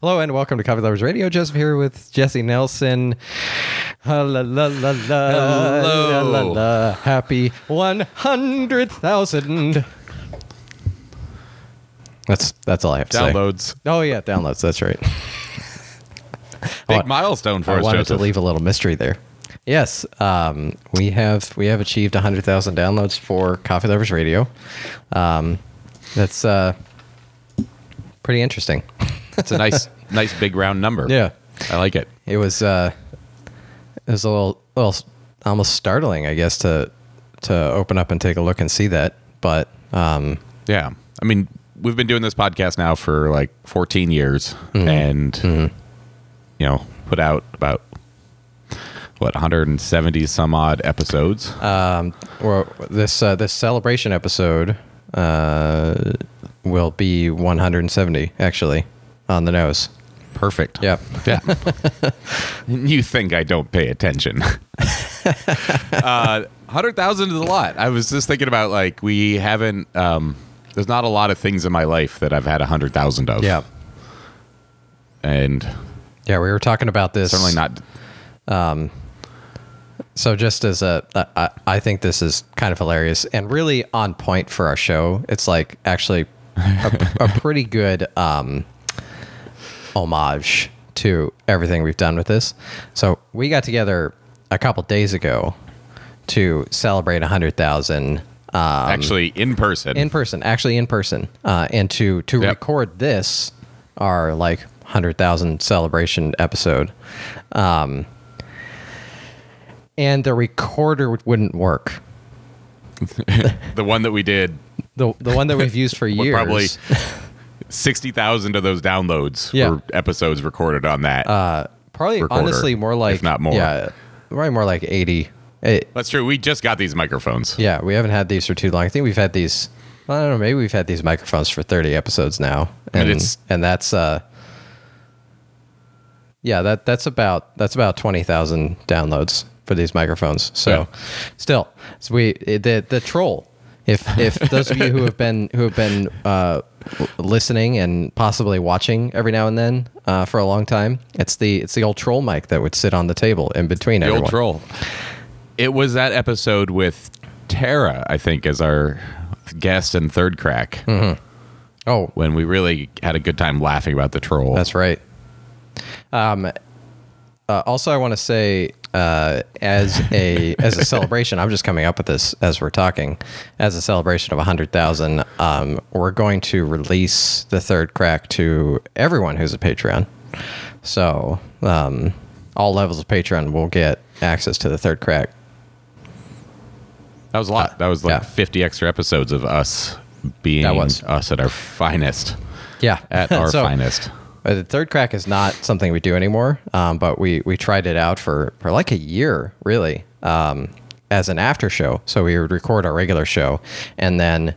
Hello and welcome to Coffee Lovers Radio. Joseph here with Jesse Nelson. Ha, la, la, la, la, la, Hello. la, la. Happy 100,000. That's that's all I have to Downloads. say. Oh yeah, downloads. That's right. Big want- milestone for I us, wanted Joseph. to leave a little mystery there. Yes, um, we have we have achieved 100,000 downloads for Coffee Lovers Radio. Um, that's uh, pretty interesting. It's a nice, nice big round number. Yeah. I like it. it was uh it was a little, little s- almost startling i guess to to open up and take a look and see that but um Yeah. I mean, we've been doing this podcast now for like 14 years Mm-hmm. and, you know, put out about, what, 170 some odd episodes? Uh. or this uh, this celebration episode uh will be 170 actually on the nose Perfect. yep Yeah. you think I don't pay attention? uh, Hundred thousand is a lot. I was just thinking about like we haven't. Um, there's not a lot of things in my life that I've had a hundred thousand of. yeah and yeah we were talking about this certainly not. So just as a, I, I think this is kind of hilarious and really on point for our show. It's like actually a, a pretty good um, homage to everything we've done with this. So we got together a couple days ago to celebrate 100,000 uh, actually, in person. in person, actually in person, uh, and to to Yep. record this our like 100,000 celebration episode. Um, and the recorder wouldn't work. the one that we did, The, the one that we've used for what, years. probably sixty thousand of those downloads Yeah. Uh, were episodes recorded on that. probably recorder, honestly more if like not more. Yeah, probably more like 80. Eh, That's true. We just got these microphones. yeah, we haven't had these for too long. I think we've had these I don't know, maybe we've had these microphones for 30 episodes now. And And it's- and that's uh Yeah, that that's about that's about 20,000 downloads for these microphones. So still so we it- the the troll if if those of you who have been who have been uh, w- listening and possibly watching every now and then uh, for a long time, it's the it's the old troll mic that would sit on the table in between The everyone. old troll. It was that episode with Tara, I think, as our guest and third crack Hmm. Oh, when we really had a good time laughing about the troll. That's right. Um, uh, also, I want to say, uh, as a as a celebration, I'm just coming up with this as we're talking. As a celebration of 100,000, um, we're going to release the third crack to everyone who's a Patreon. So, um, all levels of Patreon will get access to the third crack. that was a lot. that was like uh, yeah. 50 extra episodes of us being That was. us at our finest. Yeah, At our So, finest. Uh, The third crack is not something we do anymore, um, but we we tried it out for for like a year, really, um, as an after show. So we would record our regular show, and then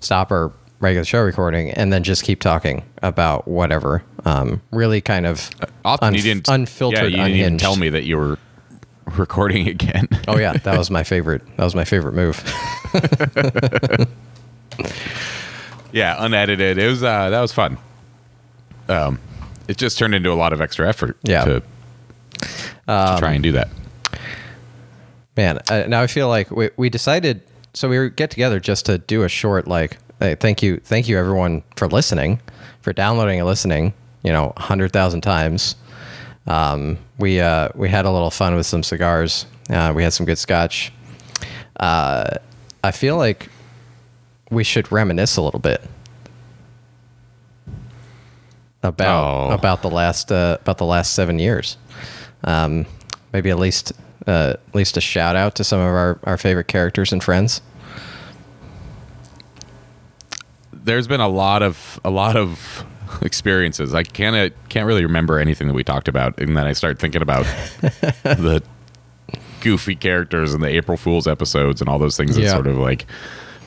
stop our regular show recording, and then just keep talking about whatever. Um, really, kind of Often you unf- didn't unfiltered, yeah, you didn't even unhinged. tell me that you were recording again. Oh yeah, that was my favorite. That was my favorite move. yeah, unedited. It was uh, that was fun. Um, it just turned into a lot of extra effort Yeah. Um, to, to try and do that. Man, uh, now I feel like we, we decided so we were get together just to do a short like hey, thank you thank you everyone for listening, for downloading and listening, you know, 100,000 times. Um, we uh, we had a little fun with some cigars. Uh, we had some good scotch. Uh, I feel like we should reminisce a little bit about Oh. about the last uh, about the last seven years. Um, maybe at least uh, at least a shout out to some of our, our favorite characters and friends. there's been a lot of a lot of experiences. I can't can't really remember anything that we talked about, and then I start thinking about the goofy characters and the April Fools episodes and all those things that Yeah. sort of like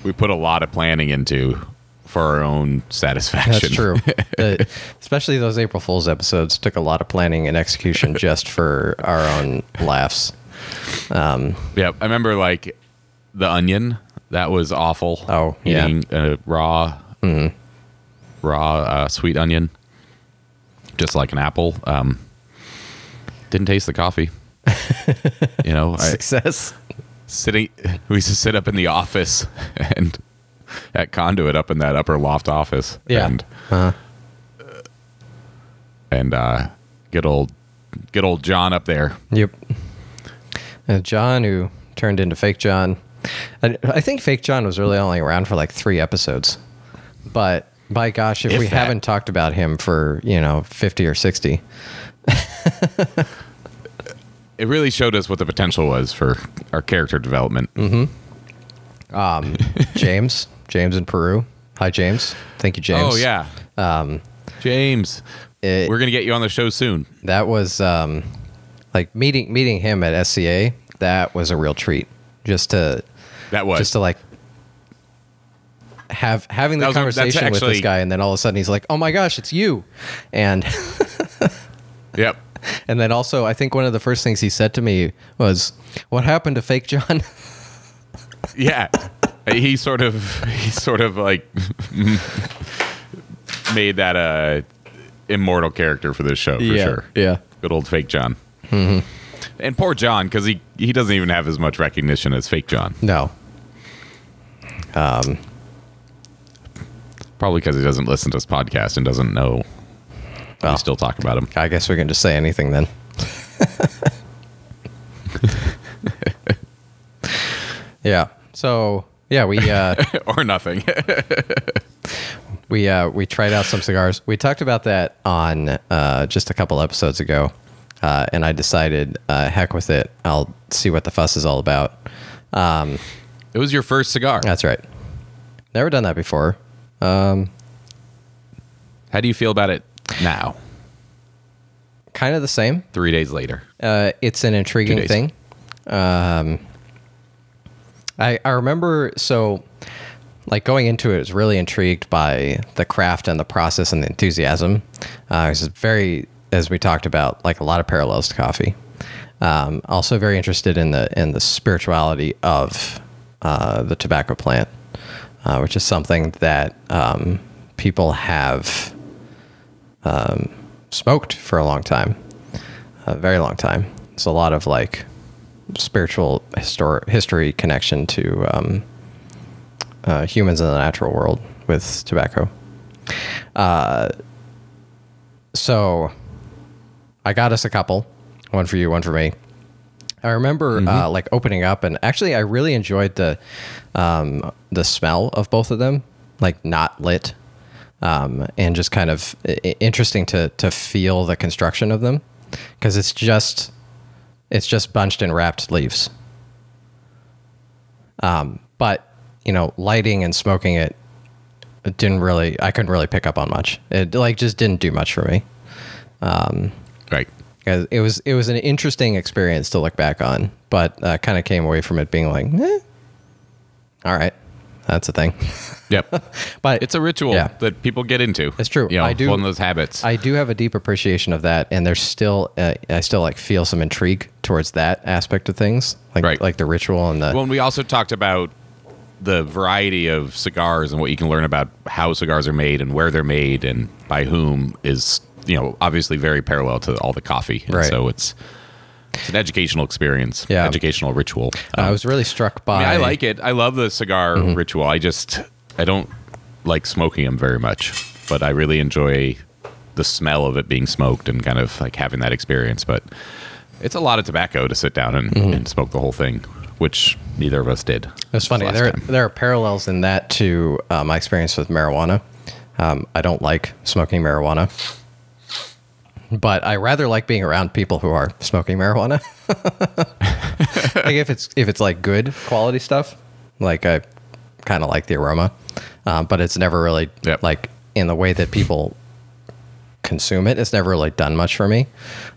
we put a lot of planning into for our own satisfaction. That's true. Uh, especially those April Fools episodes took a lot of planning and execution just for our own laughs. Yeah, I remember like the onion. That was awful. Oh, yeah. Mm-hmm. eating uh, raw, raw uh, sweet onion. just like an apple. Um, didn't taste the coffee. you know, I, Success. sitting we used to sit up in the office and at conduit up in that upper loft office Yeah. and and uh good old good old john up there Yep. Uh, John, who turned into Fake John. I, I think Fake John was really only around for like three episodes. But by gosh, if, If we that. haven't talked about him for, you know, 50 or 60, it really showed us what the potential was for our character development James, James in Peru. Hi, James. Thank you, James. oh yeah um james It- we're gonna get you on the show soon That was um, like meeting meeting him at SCA. That was a real treat. Just to that was just to like have having the That was- that's conversation with this actually- guy, and then all of a sudden he's like, "Oh my gosh, it's you!" And yep and then also, I think one of the first things he said to me was, "What happened to Fake John?" yeah he sort of he sort of like made that uh immortal character for this show for yeah, sure yeah, good old fake John. And poor John, because he he doesn't even have as much recognition as fake John. no, Probably because he doesn't listen to this podcast and doesn't know. Well. We still talk about him. I guess we can just say anything then. yeah. So yeah, we uh, or nothing. we uh, we tried out some cigars. We talked about that on uh, just a couple episodes ago, uh, and I decided, uh, heck with it. I'll see what the fuss is all about. it was your first cigar. That's right. Never done that before. How do you feel about it now, Kind of the same. three days later? Uh, it's an Two intriguing days. thing. Um, I I remember so, like going into it, I was really intrigued by the craft and the process and the enthusiasm. Uh, it was very, as we talked about, like a lot of parallels to coffee. Um, also, very interested in the in the spirituality of uh, the tobacco plant, uh, which is something that um, people have um, smoked for a long time a very long time. It's a lot of like spiritual histor- history connection to um, uh, humans in the natural world with tobacco. Uh, so I got us a couple, one for you, one for me. I remember uh, like opening up, and actually, I really enjoyed the um, the smell of both of them, like not lit, um, and just kind of i- i- interesting to to feel the construction of them because it's just it's just bunched and wrapped leaves. Um, but you know, lighting and smoking it, it didn't really. I couldn't really pick up on much. It like just didn't do much for me. Right. 'Cause It was it was an interesting experience to look back on, but uh, kind of came away from it being like, eh, all right, that's a thing. Yep. But it's a ritual Yeah. that people get into. It's true. You know, I do- One of those habits. I do have a deep appreciation of that, and there's still uh, I still like feel some intrigue towards that aspect of things, like Right. like the ritual and the Well, and we also talked about the variety of cigars and what you can learn about how cigars are made and where they're made and by whom is you know obviously very parallel to all the coffee. And Right. So it's it's an educational experience. Yeah. Educational ritual. I Um, was really struck by. I, mean, I like it. I love the cigar Mm-hmm. ritual. I just I don't like smoking them very much, but I really enjoy the smell of it being smoked and kind of like having that experience. But it's a lot of tobacco to sit down and, Mm-hmm. and smoke the whole thing, which neither of us did. It's funny. last There, time. there are parallels in that to uh, my experience with marijuana. Um, I don't like smoking marijuana, but I rather like being around people who are smoking marijuana. like if it's if it's like good quality stuff, like I kind of like the aroma, um, but it's never really Yep. like in the way that people consume it. It's never really done much for me.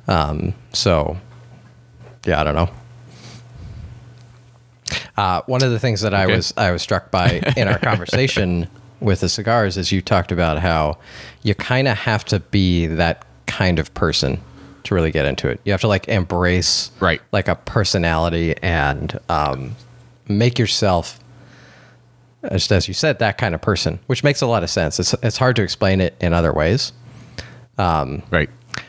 Um, so yeah, I don't know. Uh, one of the things that I Okay. was I was struck by in our conversation with the cigars is you talked about how you kind of have to be that kind of person to really get into it. You have to like embrace Right. like a personality and um, make yourself just as you said that kind of person, which makes a lot of sense. It's it's hard to explain it in other ways, right.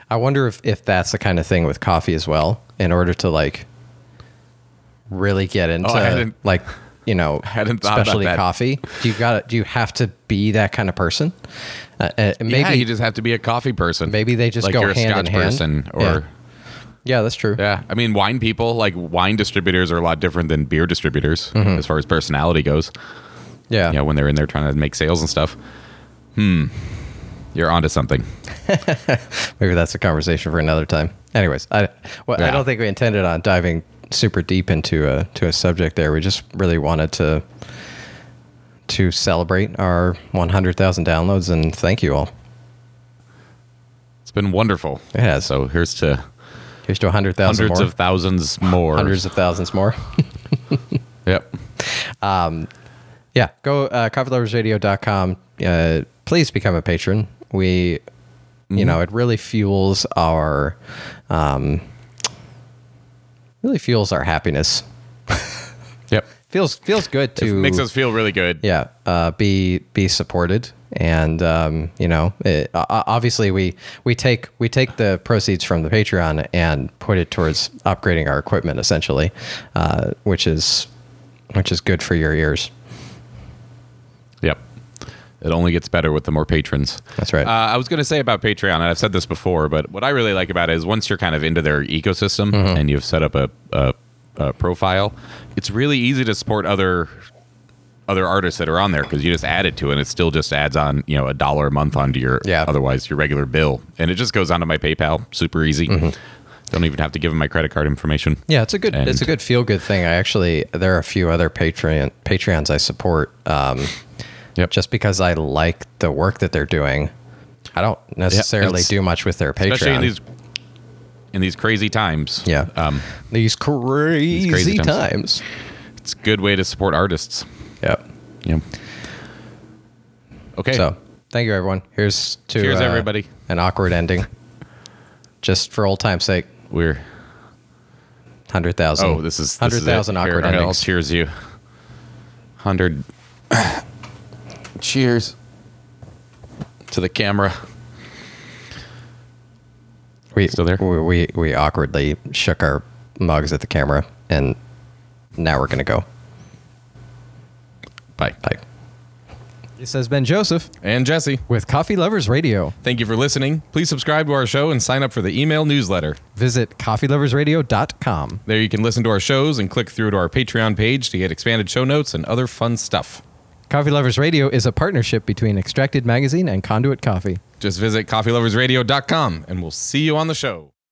I wonder if, if that's the kind of thing with coffee as well, in order to like really get into Oh, I hadn't- like, you know, hadn't thought about specialty that. coffee. Do you got do you have to be that kind of person? Uh, uh, maybe yeah, you just have to be a coffee person. maybe they just like go you're hand a Scotch in hand. person, or yeah. Yeah, that's true. Yeah, I mean, wine people like wine distributors are a lot different than beer distributors Mm-hmm. as far as personality goes. Yeah. You know, when they're in there trying to make sales and stuff. Hmm, you're onto something. Maybe that's a conversation for another time. Anyways, I well, I Yeah. don't think we intended on diving super deep into a to a subject there. We just really wanted to to celebrate our 100,000 downloads and thank you all. It's been wonderful. It has. So here's to Here's to 100,000 hundreds more. of thousands more. hundreds of thousands more. Yep. yeah, go uh, coffeeloversradio.com. Uh, please become a patron. We, Mm-hmm. you know, it really fuels our, um, really fuels our happiness. Yep. Feels feels good It to makes us feel really good. yeah uh, be be supported and um, you know it, o- o- obviously we we take we take the proceeds from the patreon and put it towards upgrading our equipment essentially uh, which is which is good for your ears Yep. It only gets better with the more patrons. That's right. Uh, I was going to say about Patreon, and I've said this before, but what I really like about it is once you're kind of into their ecosystem Mm-hmm. and you've set up a, a, a profile, it's really easy to support other other artists that are on there because you just add it to it and it still just adds on you know a dollar a month onto your Yeah. otherwise your regular bill and it just goes onto my paypal super easy Mm-hmm. don't even have to give them my credit card information yeah it's a good it's a And- good feel good thing i actually there are a few other patreon patreons i support um, Yep. just because i like the work that they're doing i don't necessarily it's- do much with their patreon especially in these in these crazy times yeah um, these crazy, crazy times. times. it's a good way to support artists yep Yeah. Okay. So thank you, everyone. Here's to uh, Cheers, everybody. An awkward ending, just for old time's sake. we're Hundred thousand. oh, this is hundred thousand Here, awkward I'll endings. Cheers you. Hundred. cheers. To the camera. We, Still there? We, we we awkwardly shook our mugs at the camera, and now we're gonna go. Bye. Bye. This has been Joseph and Jesse. with Coffee Lovers Radio. Thank you for listening. Please subscribe to our show and sign up for the email newsletter. Visit coffeeloversradio.com. There you can listen to our shows and click through to our Patreon page to get expanded show notes and other fun stuff. Coffee Lovers Radio is a partnership between Extracted Magazine and Conduit Coffee. Just visit coffeeloversradio.com and we'll see you on the show.